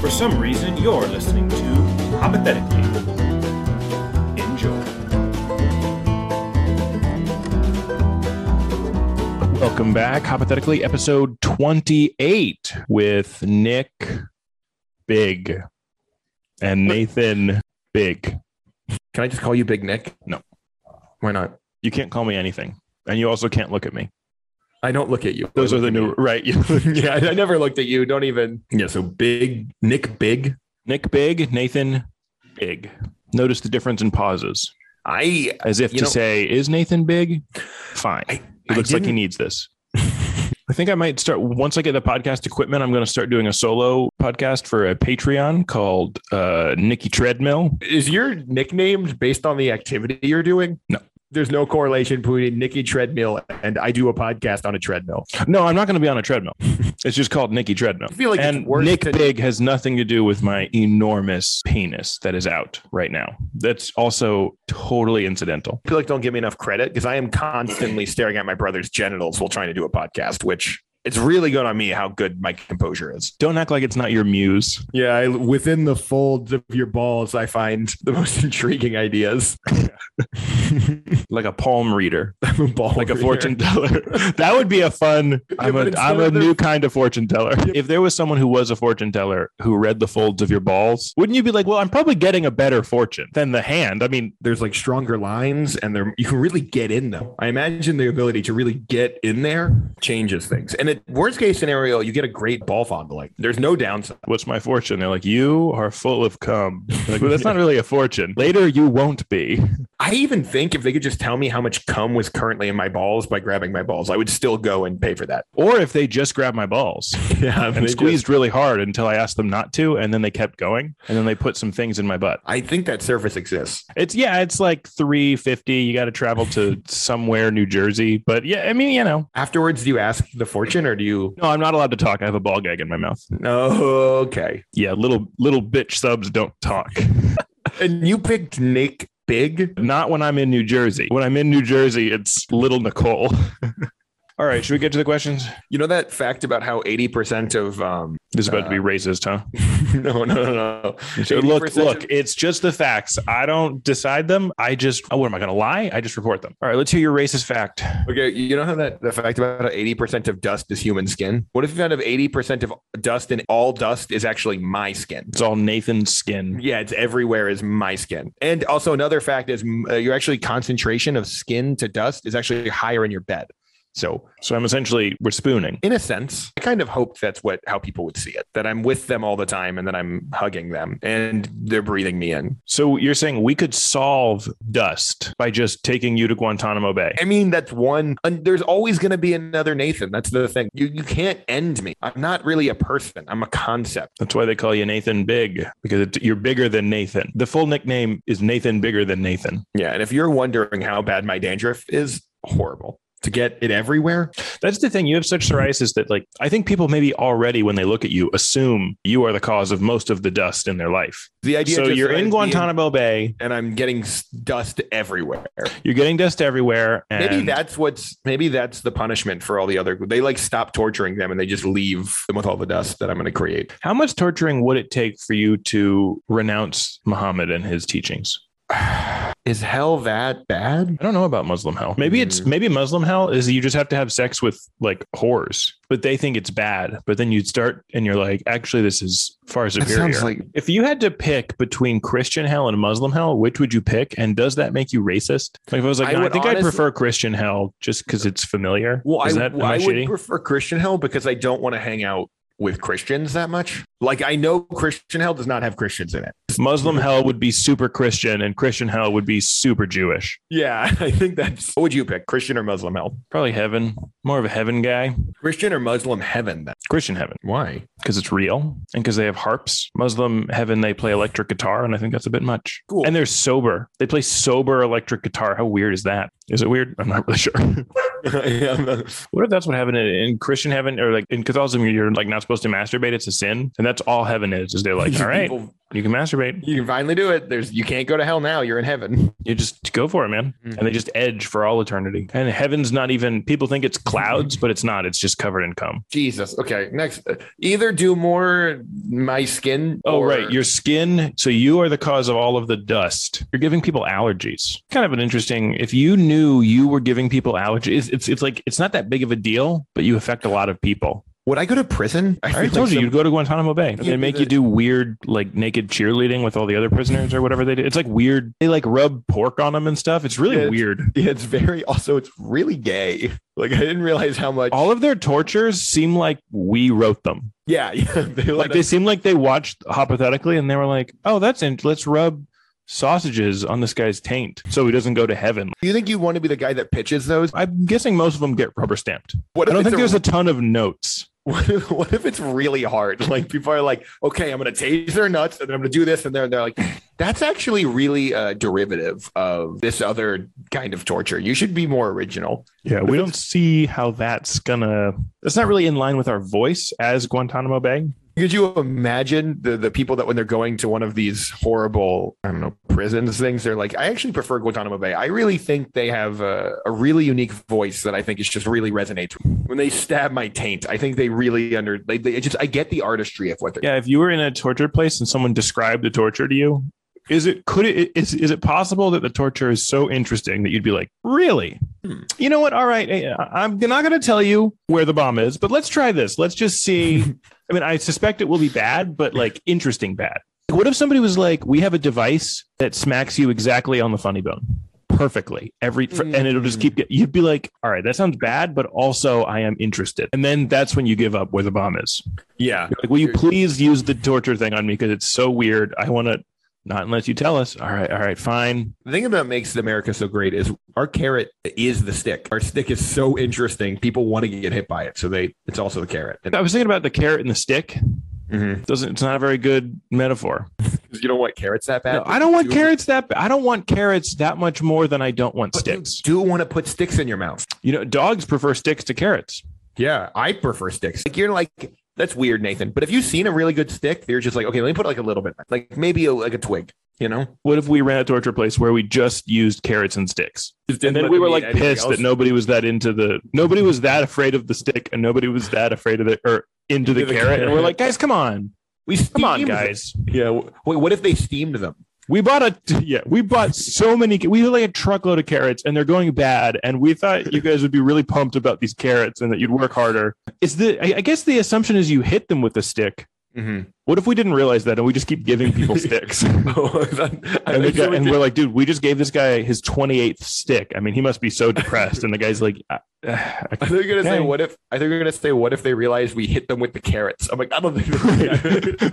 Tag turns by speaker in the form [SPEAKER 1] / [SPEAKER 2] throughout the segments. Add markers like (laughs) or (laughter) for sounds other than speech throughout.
[SPEAKER 1] for some reason, you're listening to Hypothetically. Enjoy.
[SPEAKER 2] Welcome back, hypothetically, episode 28 with Nick Big and Nathan Big.
[SPEAKER 3] Can I just call you Big Nick?
[SPEAKER 2] No.
[SPEAKER 3] Why not?
[SPEAKER 2] You can't call me anything, and you also can't look at me.
[SPEAKER 3] I don't look at you.
[SPEAKER 2] Those
[SPEAKER 3] I
[SPEAKER 2] are
[SPEAKER 3] look
[SPEAKER 2] the
[SPEAKER 3] at
[SPEAKER 2] new,
[SPEAKER 3] you.
[SPEAKER 2] right?
[SPEAKER 3] (laughs)
[SPEAKER 2] (laughs)
[SPEAKER 3] yeah, I never looked at you. Don't even. Yeah, so Big Nick Big.
[SPEAKER 2] Nick Big, Nathan Big. Notice the difference in pauses,
[SPEAKER 3] I
[SPEAKER 2] as if
[SPEAKER 3] You
[SPEAKER 2] to
[SPEAKER 3] know-
[SPEAKER 2] say, "Is Nathan Big?" Fine.
[SPEAKER 3] I-
[SPEAKER 2] he
[SPEAKER 3] I
[SPEAKER 2] looks like he
[SPEAKER 3] didn't-
[SPEAKER 2] needs
[SPEAKER 3] (laughs)
[SPEAKER 2] this. I think I might start once I get the podcast equipment. I'm going to start doing a solo podcast for a Patreon called uh, Nikki Treadmill.
[SPEAKER 3] is your nicknames based on the activity you're doing?
[SPEAKER 2] No.
[SPEAKER 3] There's no correlation between Nikki treadmill and I do a podcast on a treadmill.
[SPEAKER 2] No, I'm not going to be on a
[SPEAKER 3] (laughs)
[SPEAKER 2] treadmill. It's just called Nikki Treadmill.
[SPEAKER 3] I feel like
[SPEAKER 2] and
[SPEAKER 3] it's worse
[SPEAKER 2] Nick
[SPEAKER 3] to-
[SPEAKER 2] Big has nothing to do with my enormous penis that is out right now. That's also totally incidental.
[SPEAKER 3] I feel like don't give me enough credit because I am constantly staring at my brother's genitals while trying to do a podcast, which it's really good on me how good my composure is.
[SPEAKER 2] Don't act like it's not your muse.
[SPEAKER 3] Yeah, I, within the folds of your balls, I find the most (laughs) intriguing ideas. (laughs)
[SPEAKER 2] Like a palm reader,
[SPEAKER 3] I'm a ball
[SPEAKER 2] like a
[SPEAKER 3] reader.
[SPEAKER 2] fortune teller. (laughs) that would be a
[SPEAKER 3] (laughs)
[SPEAKER 2] fun. I'm a,
[SPEAKER 3] but instead
[SPEAKER 2] I'm a
[SPEAKER 3] of the-
[SPEAKER 2] new kind of fortune teller.
[SPEAKER 3] Yeah.
[SPEAKER 2] If there was someone who was a fortune teller who read the folds of your balls, wouldn't you be like, well, I'm probably getting a better fortune than the hand? I mean,
[SPEAKER 3] There's like stronger lines, and they're you can really get in them. I imagine the ability to really get in there changes things. And at worst case scenario, you get a great ball fondling. There's no downside.
[SPEAKER 2] what's my fortune? They're like, you are full of cum. I'm Like, well, that's not really a fortune. (laughs) Later, you won't be.
[SPEAKER 3] I even think if they could just tell me how much cum was currently in my balls by grabbing my balls, I would still go and pay
[SPEAKER 2] (laughs)
[SPEAKER 3] for that.
[SPEAKER 2] Or if they just grabbed my (laughs) balls
[SPEAKER 3] Yeah,
[SPEAKER 2] and squeezed really hard until I asked them not to, and then they kept going, and then they put some things in my butt.
[SPEAKER 3] I think that service exists.
[SPEAKER 2] It's yeah, it's like three fifty. You got to travel (laughs) to somewhere, New Jersey, but yeah, I mean, you know,
[SPEAKER 3] Afterwards, do you ask the fortune or do you?
[SPEAKER 2] no, I'm not allowed to talk. I have a ball gag in my mouth.
[SPEAKER 3] No, okay.
[SPEAKER 2] Yeah, little little bitch subs don't talk.
[SPEAKER 3] And you picked Nick Big.
[SPEAKER 2] Not when I'm in New Jersey. When I'm in New Jersey, it's little Nicole. (laughs) All right, should we get to the questions?
[SPEAKER 3] You know that fact about how 80% of um (laughs)
[SPEAKER 2] This is about to be racist, huh?
[SPEAKER 3] no no no no.
[SPEAKER 2] So look,
[SPEAKER 3] 80%
[SPEAKER 2] look,
[SPEAKER 3] of-
[SPEAKER 2] it's just the facts. I don't decide them. I just, oh, what am I going to lie? I just report them. All right, let's hear your racist fact.
[SPEAKER 3] Okay, you know how that the fact about how 80% of dust is human skin? What if out of 80% of dust and all dust is actually my skin?
[SPEAKER 2] It's all Nathan's skin.
[SPEAKER 3] Yeah, it's everywhere is my skin. And also another fact is mm, uh, your actually concentration of skin to dust is actually higher in your bed. So,
[SPEAKER 2] So I'm essentially, we're spooning.
[SPEAKER 3] in a sense, I kind of hoped that's what how people would see it. That I'm with them all the time and that I'm hugging them and they're breathing me in.
[SPEAKER 2] So you're saying we could solve dust by just taking you to Guantanamo Bay.
[SPEAKER 3] I mean, that's one. And there's always going to be another Nathan. That's the thing. You you can't end me. I'm not really a person. I'm a concept.
[SPEAKER 2] That's why they call you Nathan Big because it, you're bigger than Nathan. The full nickname is Nathan Bigger than Nathan.
[SPEAKER 3] Yeah. And if you're wondering how bad my dandruff is, horrible. To get it everywhere,
[SPEAKER 2] That's the thing. You have such psoriasis that, like, I think people maybe already, when they look at you, assume you are the cause of most of the dust in their life.
[SPEAKER 3] the idea.
[SPEAKER 2] So
[SPEAKER 3] just
[SPEAKER 2] you're
[SPEAKER 3] that I'd be
[SPEAKER 2] in Guantanamo Bay.
[SPEAKER 3] and I'm getting s- dust everywhere.
[SPEAKER 2] You're getting dust everywhere. And
[SPEAKER 3] Maybe that's what's maybe that's the punishment for all the other. They like stop torturing them and they just leave them with all the dust that I'm going to create.
[SPEAKER 2] How much torturing would it take for you to renounce Muhammad and his teachings?
[SPEAKER 3] Is hell that bad?
[SPEAKER 2] I don't know about Muslim hell. Maybe it's
[SPEAKER 3] Mm.
[SPEAKER 2] maybe Muslim hell is you just have to have sex with like whores, but they think it's bad. But then you start and you're like, actually, this is far
[SPEAKER 3] That
[SPEAKER 2] superior.
[SPEAKER 3] sounds like
[SPEAKER 2] if you had to pick between Christian hell and Muslim hell, which would you pick? And does that make you racist? Like if I was like,
[SPEAKER 3] I
[SPEAKER 2] no, I,
[SPEAKER 3] would
[SPEAKER 2] think I
[SPEAKER 3] honestly-
[SPEAKER 2] prefer Christian hell just because it's familiar.
[SPEAKER 3] Well,
[SPEAKER 2] is
[SPEAKER 3] I,
[SPEAKER 2] that am
[SPEAKER 3] I
[SPEAKER 2] I
[SPEAKER 3] would
[SPEAKER 2] shitty?
[SPEAKER 3] prefer Christian hell because I don't want to hang out with Christians that much. Like I know Christian hell does not have Christians in it.
[SPEAKER 2] Muslim hell would be super Christian, and Christian hell would be super Jewish. (laughs)
[SPEAKER 3] Yeah, I think that's. What would you pick, Christian or Muslim hell?
[SPEAKER 2] Probably heaven. More of a heaven guy.
[SPEAKER 3] Christian or Muslim heaven? Then
[SPEAKER 2] Christian heaven
[SPEAKER 3] (laughs) why?
[SPEAKER 2] because it's real and because they have harps. Muslim heaven, they play electric guitar, and I think that's a bit much.
[SPEAKER 3] Cool.
[SPEAKER 2] And they're sober. They play sober electric guitar. How weird is that? Is it weird? I'm not really (laughs) sure.
[SPEAKER 3] Yeah,
[SPEAKER 2] what if that's what happened in, in Christian heaven or like in Catholicism? You're like not supposed to masturbate. It's a sin, and that's all heaven is. Is they're like,
[SPEAKER 3] You
[SPEAKER 2] (laughs) all right,
[SPEAKER 3] people-
[SPEAKER 2] you can masturbate.
[SPEAKER 3] you can finally do it. There's you can't go to hell now. You're in heaven.
[SPEAKER 2] You just go for it, man.
[SPEAKER 3] Mhm.
[SPEAKER 2] And they just edge for all eternity. And heaven's not even. People think it's clouds, but it's not. It's just covered in cum.
[SPEAKER 3] Jesus. Okay. Next, either do more my skin.
[SPEAKER 2] Oh,
[SPEAKER 3] or-
[SPEAKER 2] right. Your skin. So you are the cause of all of the dust. You're giving people allergies. Kind of an interesting. If you knew you were giving people allergies, it's, it's, it's like, it's not that big of a deal, but you affect a lot of people.
[SPEAKER 3] Would I go to prison?
[SPEAKER 2] I
[SPEAKER 3] feel
[SPEAKER 2] already
[SPEAKER 3] like
[SPEAKER 2] told you,
[SPEAKER 3] some-
[SPEAKER 2] you'd go to Guantanamo Bay.
[SPEAKER 3] Yeah,
[SPEAKER 2] They make
[SPEAKER 3] the-
[SPEAKER 2] you do weird, like naked cheerleading with all the other prisoners or whatever they do. It's like weird. They like rub pork on them and stuff. It's really
[SPEAKER 3] Yeah, it's-
[SPEAKER 2] weird.
[SPEAKER 3] (laughs) Yeah, it's very. Also, it's really gay. Like I didn't realize how much.
[SPEAKER 2] All of their tortures seem like we wrote them.
[SPEAKER 3] yeah. (laughs) Yeah. They
[SPEAKER 2] Like
[SPEAKER 3] let
[SPEAKER 2] they
[SPEAKER 3] us-
[SPEAKER 2] seem like they watched hypothetically and they were like, oh, that's in. Let's rub sausages on this guy's taint so he doesn't go to heaven.
[SPEAKER 3] Do you think you want to be the guy that pitches those?
[SPEAKER 2] I'm guessing most of them get rubber stamped.
[SPEAKER 3] What
[SPEAKER 2] I don't
[SPEAKER 3] it's
[SPEAKER 2] think there's a ton of notes.
[SPEAKER 3] (laughs) What if, what if it's really hard? (laughs) Like people are like, okay, I'm gonna tase their nuts and then I'm gonna do this, and they're they're like, that's actually really a derivative of this other kind of torture. You should be more original.
[SPEAKER 2] Yeah, we don't see how that's gonna. That's not really in line with our voice as Guantanamo Bay.
[SPEAKER 3] Could you imagine the the people that when they're going to one of these horrible, I don't know, prisons things, they're like, I actually prefer Guantanamo Bay. I really think they have a, a really unique voice that I think is just really resonates. When they stab my taint, I think they really under they, they it just I get the artistry of what they're
[SPEAKER 2] Yeah, if you were in a torture place and someone described the torture to you, is it could it is is it possible that the torture is so interesting that you'd be like, really?
[SPEAKER 3] Hmm.
[SPEAKER 2] You know what? All right, eh, I- I'm not going to tell you where the bomb is, but let's try this. Let's just see. I mean, I suspect it will be bad, but like interesting bad. What if somebody was like, "We have a device that smacks you exactly on the funny bone, perfectly every, for, and it'll just keep." get- You'd be like, "All right, that sounds bad, but also I am interested." And then that's when you give up where the bomb is.
[SPEAKER 3] yeah.
[SPEAKER 2] Like, will you please use the torture thing on me because it's so weird? I want to. Not unless you tell us. All right, all right, fine.
[SPEAKER 3] The thing about makes America so great is our carrot is the stick. Our stick is so interesting. People want to get hit by it, so they it's also the carrot. And
[SPEAKER 2] I was thinking about the carrot and the stick.
[SPEAKER 3] Mhm.
[SPEAKER 2] It doesn't it's not a very good metaphor.
[SPEAKER 3] 'Cause you don't want carrots that bad.
[SPEAKER 2] No, I don't want
[SPEAKER 3] You-
[SPEAKER 2] carrots that. I don't want carrots that much more than I don't want
[SPEAKER 3] but you
[SPEAKER 2] sticks.
[SPEAKER 3] do want to put sticks in your mouth.
[SPEAKER 2] You know, dogs prefer sticks to carrots.
[SPEAKER 3] Yeah, I prefer sticks. Like you're like that's weird, Nathan. But if you've seen a really good stick, you're just like, okay, let me put like a little bit, like maybe a, like a twig, you know.
[SPEAKER 2] What if we ran a torture place where we just used carrots and sticks? And then we were like pissed that nobody was that into the nobody was that afraid of the stick and nobody was that afraid of the or into the
[SPEAKER 3] Into the
[SPEAKER 2] carrot. And we're
[SPEAKER 3] carrot.
[SPEAKER 2] like, guys, come on.
[SPEAKER 3] We steamed
[SPEAKER 2] Come on,
[SPEAKER 3] them.
[SPEAKER 2] guys.
[SPEAKER 3] Yeah. w- Wait, what if they steamed them?
[SPEAKER 2] We bought a (laughs) yeah, we bought so many we had like a truckload of carrots and they're going bad and we thought you guys would be really pumped about these carrots and that you'd work harder. Is the I I guess the assumption is you hit them with a stick. (laughs)
[SPEAKER 3] Mm-hmm.
[SPEAKER 2] What if we didn't realize that and we just keep giving people sticks? And, the guy- and we're like, dude, we just gave this guy his 28th stick. I mean, he must be so depressed. And the guy's like, "Uh, uh,
[SPEAKER 3] I think you're gonna say
[SPEAKER 2] Okay.
[SPEAKER 3] what if I think you're gonna say what if they realize we hit them with the carrots. I'm like, I don't think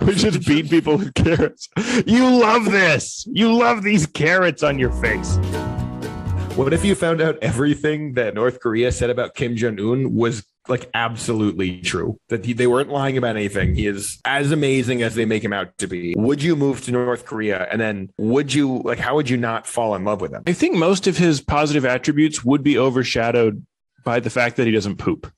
[SPEAKER 2] (laughs) we just beat people with carrots. You love this. You love these carrots on your face.
[SPEAKER 3] (laughs) What if you found out everything that North Korea said about Kim Jong Un was like absolutely true? That he, they weren't lying about anything. He is as amazing as they make him out to be. Would you move to North Korea? And then would you like? How would you not fall in love with him?
[SPEAKER 2] I think most of his positive attributes would be overshadowed by the fact that he doesn't poop.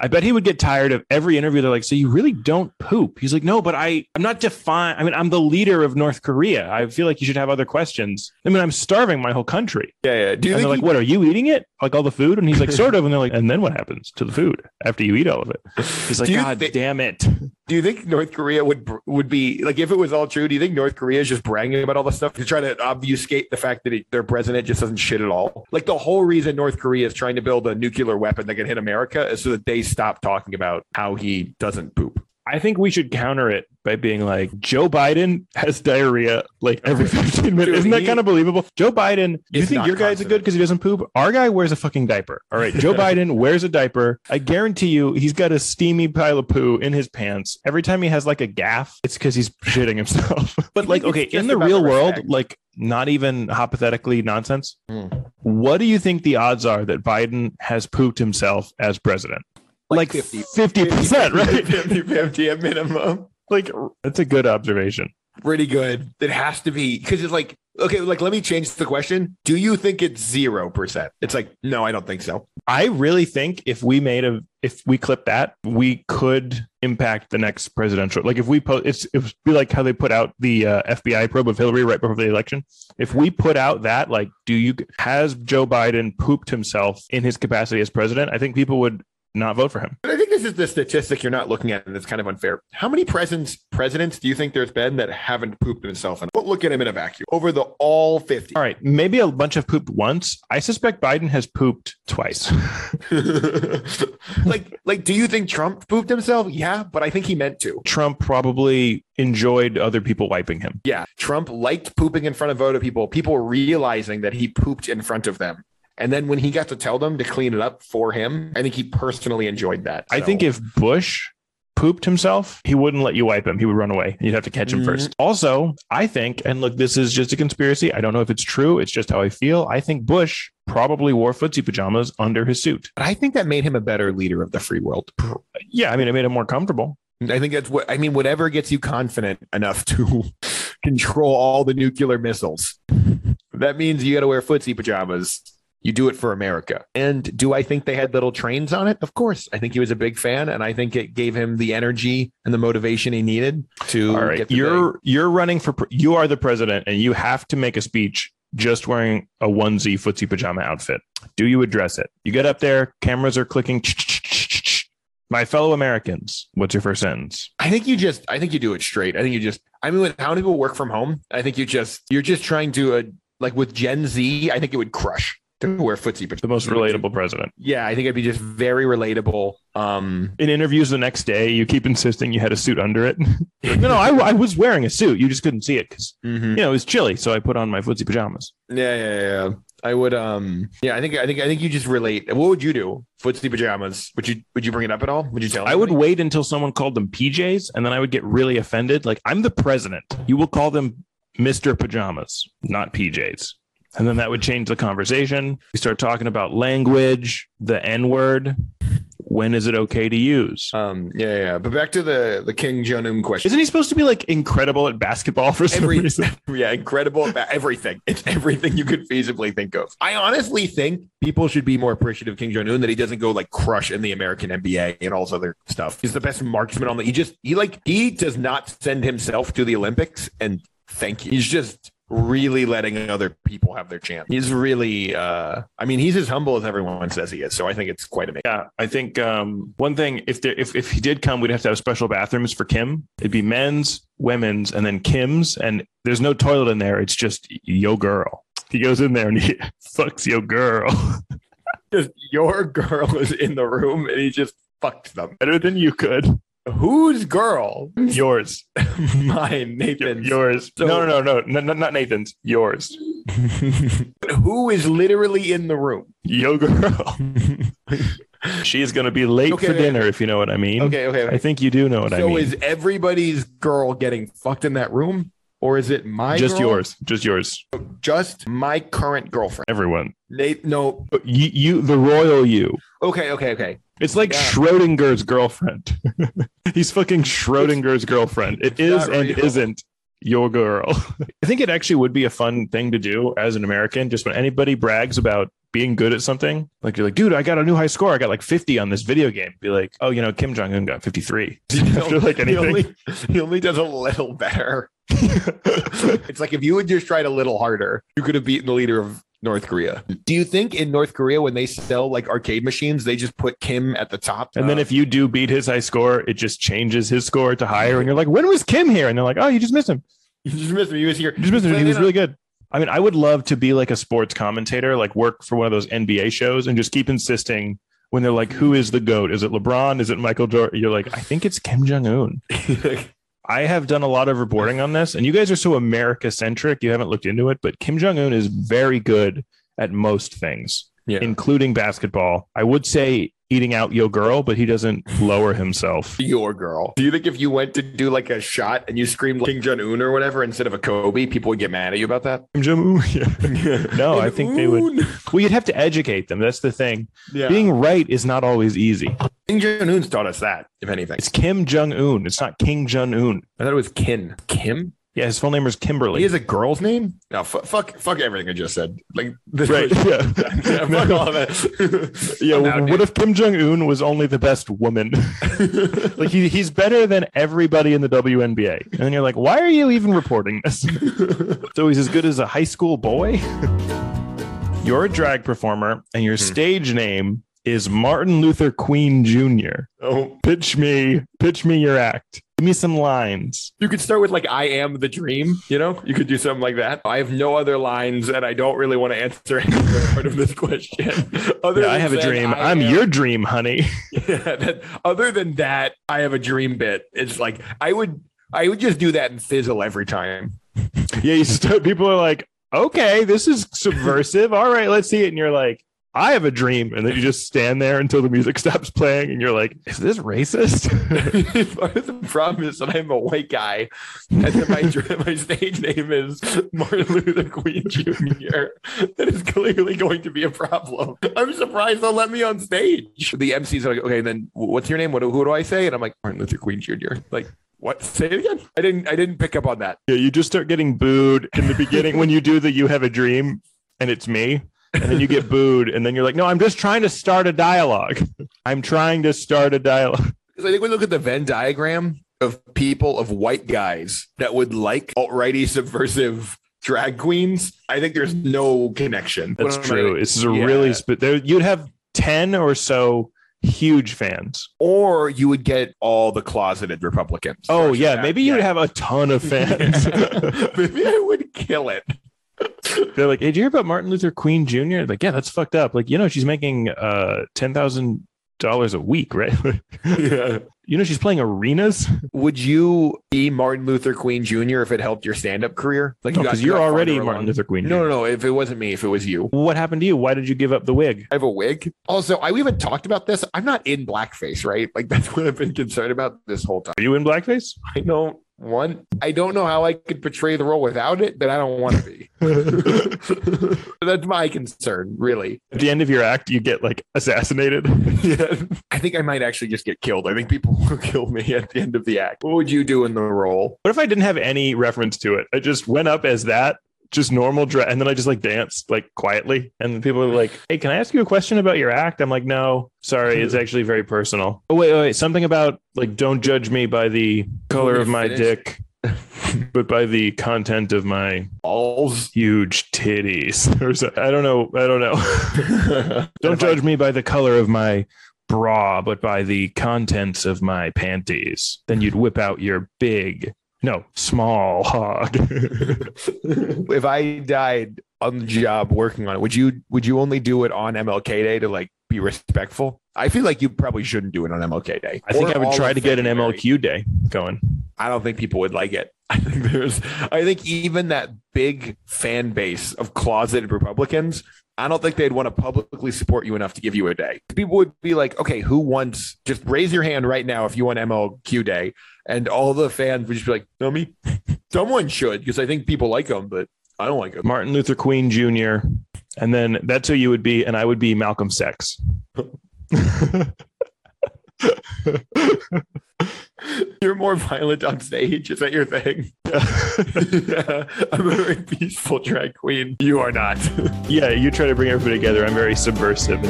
[SPEAKER 2] I bet he would get tired of every interview. They're like, "So you really don't poop?" He's like, "No, but I, I'm not defined. I mean, I'm the leader of North Korea. I feel like you should have other questions. I mean, I'm starving my whole country."
[SPEAKER 3] Yeah, yeah. Do you
[SPEAKER 2] and
[SPEAKER 3] think
[SPEAKER 2] they're like, "What are you eating it? Like all the food?" And he's like, "Sort of." And they're like, "And then what happens to the food after you eat all of it?" (laughs) He's like,
[SPEAKER 3] Do you
[SPEAKER 2] "God
[SPEAKER 3] thi-
[SPEAKER 2] damn it!"
[SPEAKER 3] Do you think North Korea would br- would be like if it was all true? Do you think North Korea is just bragging about all the stuff to try to obfuscate the fact that it, their president just doesn't shit at all? Like the whole reason North Korea is trying to build a nuclear weapon that can hit America is so that they stop talking about how he doesn't poop.
[SPEAKER 2] I think we should counter it by being like, Joe Biden has diarrhea like (laughs) every 15 minutes.
[SPEAKER 3] Dude,
[SPEAKER 2] Isn't that
[SPEAKER 3] he-
[SPEAKER 2] kind of believable? Joe Biden, you
[SPEAKER 3] It's
[SPEAKER 2] think
[SPEAKER 3] not
[SPEAKER 2] your guy's a
[SPEAKER 3] confident.
[SPEAKER 2] good because he doesn't poop? Our guy wears a fucking diaper. All right. (laughs) Joe Biden wears a diaper. I guarantee you he's got a steamy pile of poo in his pants. Every time he has like a gaff, it's because he's shitting himself. (laughs) but like,
[SPEAKER 3] think it's
[SPEAKER 2] okay, in
[SPEAKER 3] just
[SPEAKER 2] the
[SPEAKER 3] about
[SPEAKER 2] real
[SPEAKER 3] the
[SPEAKER 2] world,
[SPEAKER 3] respect.
[SPEAKER 2] like not even hypothetically nonsense.
[SPEAKER 3] Hmm.
[SPEAKER 2] What do you think the odds are that Biden has pooped himself as president? Like,
[SPEAKER 3] Like 50.
[SPEAKER 2] 50%, right?
[SPEAKER 3] 50 50 at minimum.
[SPEAKER 2] like that's a good observation.
[SPEAKER 3] Pretty good. It has to be because it's like okay, like let me change the question. Do you think it's zero percent? It's like no, I don't think so.
[SPEAKER 2] I really think if we made a if we clip that, we could impact the next presidential. Like if we post, it's it would be like how they put out the uh, FBI probe of Hillary right before the election. If we put out that, like, do you has Joe Biden pooped himself in his capacity as president? I think people would not vote for him.
[SPEAKER 3] But I think this is the statistic you're not looking at, and it's kind of unfair. How many presidents presidents do you think there's been that haven't pooped themselves? And we'll look at him in a vacuum over the all fifty.
[SPEAKER 2] All right, maybe a bunch of pooped once. I suspect Biden has pooped twice. (laughs)
[SPEAKER 3] (laughs) like, like, do you think Trump pooped himself? Yeah, but I think he meant to.
[SPEAKER 2] Trump probably enjoyed other people wiping him.
[SPEAKER 3] Yeah, Trump liked pooping in front of other people. People realizing that he pooped in front of them. And then when he got to tell them to clean it up for him, I think he personally enjoyed that.
[SPEAKER 2] I
[SPEAKER 3] So-
[SPEAKER 2] think if Bush pooped himself, he wouldn't let you wipe him. He would run away. You'd have to catch him
[SPEAKER 3] Mhm.
[SPEAKER 2] first. Also, I think, and look, this is just a conspiracy. I don't know if it's true. It's just how I feel. I think Bush probably wore footsie pajamas under his suit.
[SPEAKER 3] But I think that made him a better leader of the free world.
[SPEAKER 2] Yeah, I mean, it made him more comfortable.
[SPEAKER 3] I think that's what I mean. Whatever gets you confident enough to (laughs) control all the nuclear missiles, that means you got to wear footsie pajamas. You do it for America. And do I think they had little trains on it? Of course. I think he was a big fan, and I think it gave him the energy and the motivation he needed to.
[SPEAKER 2] All right,
[SPEAKER 3] get the
[SPEAKER 2] you're you're running for pre- you are the president, and you have to make a speech just wearing a onesie footsie pajama outfit. Do you address it? You get up there, cameras are clicking. (laughs) My fellow Americans, what's your first sentence?
[SPEAKER 3] I think you just I think you do it straight. I think you just I mean with how many people work from home, I think you just you're just trying to uh, like with Gen Z, I think it would crush to wear footsie pajamas.
[SPEAKER 2] The most relatable president.
[SPEAKER 3] Yeah, I think it'd be just very relatable. Um
[SPEAKER 2] in interviews the next day, you keep insisting you had a suit under it. (laughs) no, no, I, I was wearing a suit. You just couldn't see it because
[SPEAKER 3] mhm.
[SPEAKER 2] you know it was chilly, so I put on my footsie pajamas.
[SPEAKER 3] yeah, yeah, yeah. I would um yeah, I think I think I think you just relate. What would you do? Footsie pajamas. Would you would you bring it up at all? Would you tell
[SPEAKER 2] I would
[SPEAKER 3] anybody?
[SPEAKER 2] wait until someone called them PJs, and then I would get really offended. Like I'm the president. You will call them Mister Pajamas, not PJs. And then that would change the conversation. We start talking about language, the N word. When is it okay to use?
[SPEAKER 3] um yeah, yeah, yeah. But back to the the King Jonum question.
[SPEAKER 2] Isn't he supposed to be like incredible at basketball for some
[SPEAKER 3] Every-
[SPEAKER 2] reason?
[SPEAKER 3] (laughs) yeah, incredible about everything. It's everything you could feasibly think of. I honestly think people should be more appreciative of King Jong Un that he doesn't go like crush in the American NBA and all this other stuff. He's the best marksman on the. He just he like he does not send himself to the Olympics and thank you. He's just really letting other people have their chance. He's really uh I mean he's as humble as everyone says he is. So I think it's quite amazing.
[SPEAKER 2] Yeah, I think um, one thing if there if, if he did come, we'd have to have special bathrooms for Kim. It'd be men's, women's, and then Kim's, and there's no toilet in there. It's just yo girl. He goes in there and he (laughs) fucks yo girl (laughs)
[SPEAKER 3] Just your (laughs) girl is in the room and he just fucked them.
[SPEAKER 2] better than you
[SPEAKER 3] (laughs)
[SPEAKER 2] could.
[SPEAKER 3] Whose girl? (laughs)
[SPEAKER 2] Yours,
[SPEAKER 3] Mine, Nathan's.
[SPEAKER 2] yours.
[SPEAKER 3] So-
[SPEAKER 2] no, no, no, no, no, not Nathan's. Yours,
[SPEAKER 3] who is literally in
[SPEAKER 2] (laughs)
[SPEAKER 3] the room.
[SPEAKER 2] yo girl. (laughs) She's gonna be late
[SPEAKER 3] Okay,
[SPEAKER 2] for
[SPEAKER 3] wait.
[SPEAKER 2] dinner if you know what I mean.
[SPEAKER 3] Okay, okay.
[SPEAKER 2] I think you do know what I
[SPEAKER 3] So
[SPEAKER 2] mean.
[SPEAKER 3] is everybody's girl getting fucked in that room? Or is it my
[SPEAKER 2] just
[SPEAKER 3] girl?
[SPEAKER 2] yours, just yours.
[SPEAKER 3] Just my current girlfriend.
[SPEAKER 2] Everyone,
[SPEAKER 3] Nate, no.
[SPEAKER 2] you, you the royal you.
[SPEAKER 3] Okay, okay, okay.
[SPEAKER 2] It's like
[SPEAKER 3] Yeah.
[SPEAKER 2] Schrodinger's girlfriend. (laughs) He's fucking Schrodinger's girlfriend. It
[SPEAKER 3] It's
[SPEAKER 2] is
[SPEAKER 3] not
[SPEAKER 2] and
[SPEAKER 3] real.
[SPEAKER 2] isn't your girl. I think it actually would be a fun thing to do as an American. Just when anybody brags about being good at something, like you're like, dude, I got a new high score. I got like 50 on this video game. Be like, oh, you know, Kim Jong Un got (laughs) 53. (laughs) After like
[SPEAKER 3] He
[SPEAKER 2] anything.
[SPEAKER 3] only, (laughs) he only does a little better. it's like if you had just tried a little harder, you could have beaten the leader of North Korea. Do you think in North Korea, when they sell like arcade machines, they just put Kim at the top?
[SPEAKER 2] (laughs)
[SPEAKER 3] Uh,
[SPEAKER 2] And then if you do beat his high score, it just changes his score to higher. And you're like, when was Kim here? And they're like, oh, you just missed him.
[SPEAKER 3] (laughs) you just missed me, he
[SPEAKER 2] (laughs)
[SPEAKER 3] was here.
[SPEAKER 2] Just missed it. He
[SPEAKER 3] Playing
[SPEAKER 2] was
[SPEAKER 3] on-
[SPEAKER 2] really good. I mean, I would love to be like a sports commentator, like work for one of those NBA shows and just keep insisting when they're like, who is the GOAT? Is it LeBron? Is it Michael Jordan? You're like, I think it's Kim Jong Un. I have done a lot of reporting on this, and you guys are so America centric. You haven't looked into it, but Kim Jong Un is very good at most things,
[SPEAKER 3] Yeah.
[SPEAKER 2] including basketball. I would say eating out yo girl, but he doesn't lower himself.
[SPEAKER 3] your girl. Do you think if you went to do like a shot and you screamed King Jong Un or whatever instead of a Kobe, people would get mad at you about that?
[SPEAKER 2] Kim Jong Un. Yeah. (laughs) No, I think they would- Well, you'd have to educate them. That's the thing.
[SPEAKER 3] Yeah.
[SPEAKER 2] Being right is not always easy.
[SPEAKER 3] King Jong Un's taught us that, if anything.
[SPEAKER 2] It's Kim Jong Un. It's not King Jong Un.
[SPEAKER 3] I thought it was Kin. Kim?
[SPEAKER 2] Yeah, his full name is Kimberly.
[SPEAKER 3] He has a girl's name? No, fu- fuck, fuck everything I just said. Like, this
[SPEAKER 2] right. (laughs) Yeah.
[SPEAKER 3] (laughs) yeah, fuck all of that.
[SPEAKER 2] (laughs) Yeah,
[SPEAKER 3] I'm out,
[SPEAKER 2] what
[SPEAKER 3] dude.
[SPEAKER 2] if Kim Jong Un was only the best
[SPEAKER 3] (laughs)
[SPEAKER 2] woman? (laughs) like he, he's better than everybody in the WNBA. And then you're like, why are you even reporting
[SPEAKER 3] (laughs)
[SPEAKER 2] this? so he's as good as a high school boy? (laughs) you're a drag performer and
[SPEAKER 3] Hmm.
[SPEAKER 2] your stage name is Martin Luther Queen Jr.
[SPEAKER 3] Oh,
[SPEAKER 2] Pitch me, pitch me your act. Give me some lines.
[SPEAKER 3] you could start with like "I am the dream." You know, you could do something like that. I have no other lines, and I don't really want to answer (laughs) any other part of this question. Other,
[SPEAKER 2] Yeah, I
[SPEAKER 3] than
[SPEAKER 2] have a
[SPEAKER 3] saying,
[SPEAKER 2] dream.
[SPEAKER 3] I
[SPEAKER 2] I'm
[SPEAKER 3] am-
[SPEAKER 2] your dream, honey.
[SPEAKER 3] Yeah, (laughs) that, other than that, I have a dream bit. It's like I would, I would just do that and fizzle every time. (laughs)
[SPEAKER 2] yeah, you start, (laughs) people are like, okay, this is subversive. All right, let's see it. And you're like, I have a dream. And then you just stand there until the music (laughs) stops playing and you're like, is this racist? (laughs)
[SPEAKER 3] Part of the problem is that I'm a white guy, and that my dr- my stage name is Martin Luther Queen Jr. (laughs) That is clearly going to be a problem. I'm surprised they'll let me on stage. The MCs are like, "Okay, then what's your name? What do- who do I say?" And I'm like, "Martin Luther Queen Jr." Like, what? Say it again. I didn't. I didn't pick up on that.
[SPEAKER 2] yeah, you just start getting booed in the beginning when you do the you have a dream and it's me. And then you get booed. And then you're like, no, I'm just trying to start a dialogue. I'm trying to start a dialogue.
[SPEAKER 3] Because I think we look at the Venn diagram of people of white guys that would like alrighty subversive drag queens. I think there's no connection.
[SPEAKER 2] That's
[SPEAKER 3] What am I-
[SPEAKER 2] true. This is a
[SPEAKER 3] Yeah.
[SPEAKER 2] really, sp- there, you'd have 10 or so huge fans.
[SPEAKER 3] Or you would get all the closeted Republicans.
[SPEAKER 2] Oh,
[SPEAKER 3] versus
[SPEAKER 2] yeah.
[SPEAKER 3] that.
[SPEAKER 2] Maybe you would
[SPEAKER 3] Yeah.
[SPEAKER 2] have a ton of
[SPEAKER 3] (laughs)
[SPEAKER 2] fans. (laughs)
[SPEAKER 3] maybe I would kill it.
[SPEAKER 2] They're like, hey, did you hear about Martin Luther Queen Jr.? Like, yeah, that's fucked up. Like, you know, she's making uh ten thousand dollars a week, right? (laughs)
[SPEAKER 3] Yeah.
[SPEAKER 2] you know, she's playing arenas.
[SPEAKER 3] Would you be Martin Luther Queen Jr. if it helped your stand-up career? Like
[SPEAKER 2] No,
[SPEAKER 3] got-
[SPEAKER 2] because you're
[SPEAKER 3] got
[SPEAKER 2] already
[SPEAKER 3] farther
[SPEAKER 2] Martin
[SPEAKER 3] along.
[SPEAKER 2] Luther Queen.
[SPEAKER 3] No,
[SPEAKER 2] Jr.
[SPEAKER 3] no, no. If it wasn't me, if it was you.
[SPEAKER 2] What happened to you? Why did you give up the wig?
[SPEAKER 3] I have a wig. Also, I we haven't talked about this. I'm not in blackface, right? Like (laughs) that's what I've been concerned about this whole time.
[SPEAKER 2] Are you in blackface?
[SPEAKER 3] I don't want. I don't know how I could portray the role without it, but I don't want to be. (laughs) That's my concern, really.
[SPEAKER 2] At the end of your act, you get like assassinated. (laughs)
[SPEAKER 3] Yeah. I think I might actually just get killed. I think people (laughs) will kill me at the end of the act. What would you do in the role?
[SPEAKER 2] What if I didn't have any reference to it? I just went up as that, just normal dress, and then I just like danced like quietly. And people are like, "Hey, can I ask you a question about your act?" I'm like, "No, sorry, (laughs) it's actually very personal." Oh wait, wait, wait, something about like don't judge me by the color
[SPEAKER 3] me
[SPEAKER 2] of
[SPEAKER 3] to
[SPEAKER 2] my
[SPEAKER 3] finish?
[SPEAKER 2] dick, but by the content of my
[SPEAKER 3] Balls.
[SPEAKER 2] huge titties. (laughs) Or so- I don't know. I don't know.
[SPEAKER 3] (laughs)
[SPEAKER 2] don't judge me by the color of my bra, but by the contents of my panties. Then you'd whip out your big, no, small hog. (laughs)
[SPEAKER 3] if I died on the job working on it, would you would you only do it on MLK Day to like be respectful? I feel like you probably shouldn't do it on MLK Day.
[SPEAKER 2] I think
[SPEAKER 3] Or
[SPEAKER 2] I would
[SPEAKER 3] all
[SPEAKER 2] try
[SPEAKER 3] of
[SPEAKER 2] to get an
[SPEAKER 3] February.
[SPEAKER 2] MLQ day going.
[SPEAKER 3] I don't think people would like it. (laughs) I think there's, I think even that big fan base of closeted Republicans, I don't think they'd want to publicly support you enough to give you a day. People would be like, okay, who wants, just raise your hand right now if you want MLQ day. And all the fans would just be like, no, me. (laughs) Someone should, because I think people like them, but I don't like them.
[SPEAKER 2] Martin Luther Queen Jr. And then that's who you would be, and I would be Malcolm X.
[SPEAKER 3] (laughs) You're more violent on stage. Is that your thing? (laughs) yeah. I'm a very peaceful
[SPEAKER 2] (laughs)
[SPEAKER 3] drag queen. You are not.
[SPEAKER 2] Yeah, you try to bring everybody together. I'm very subversive.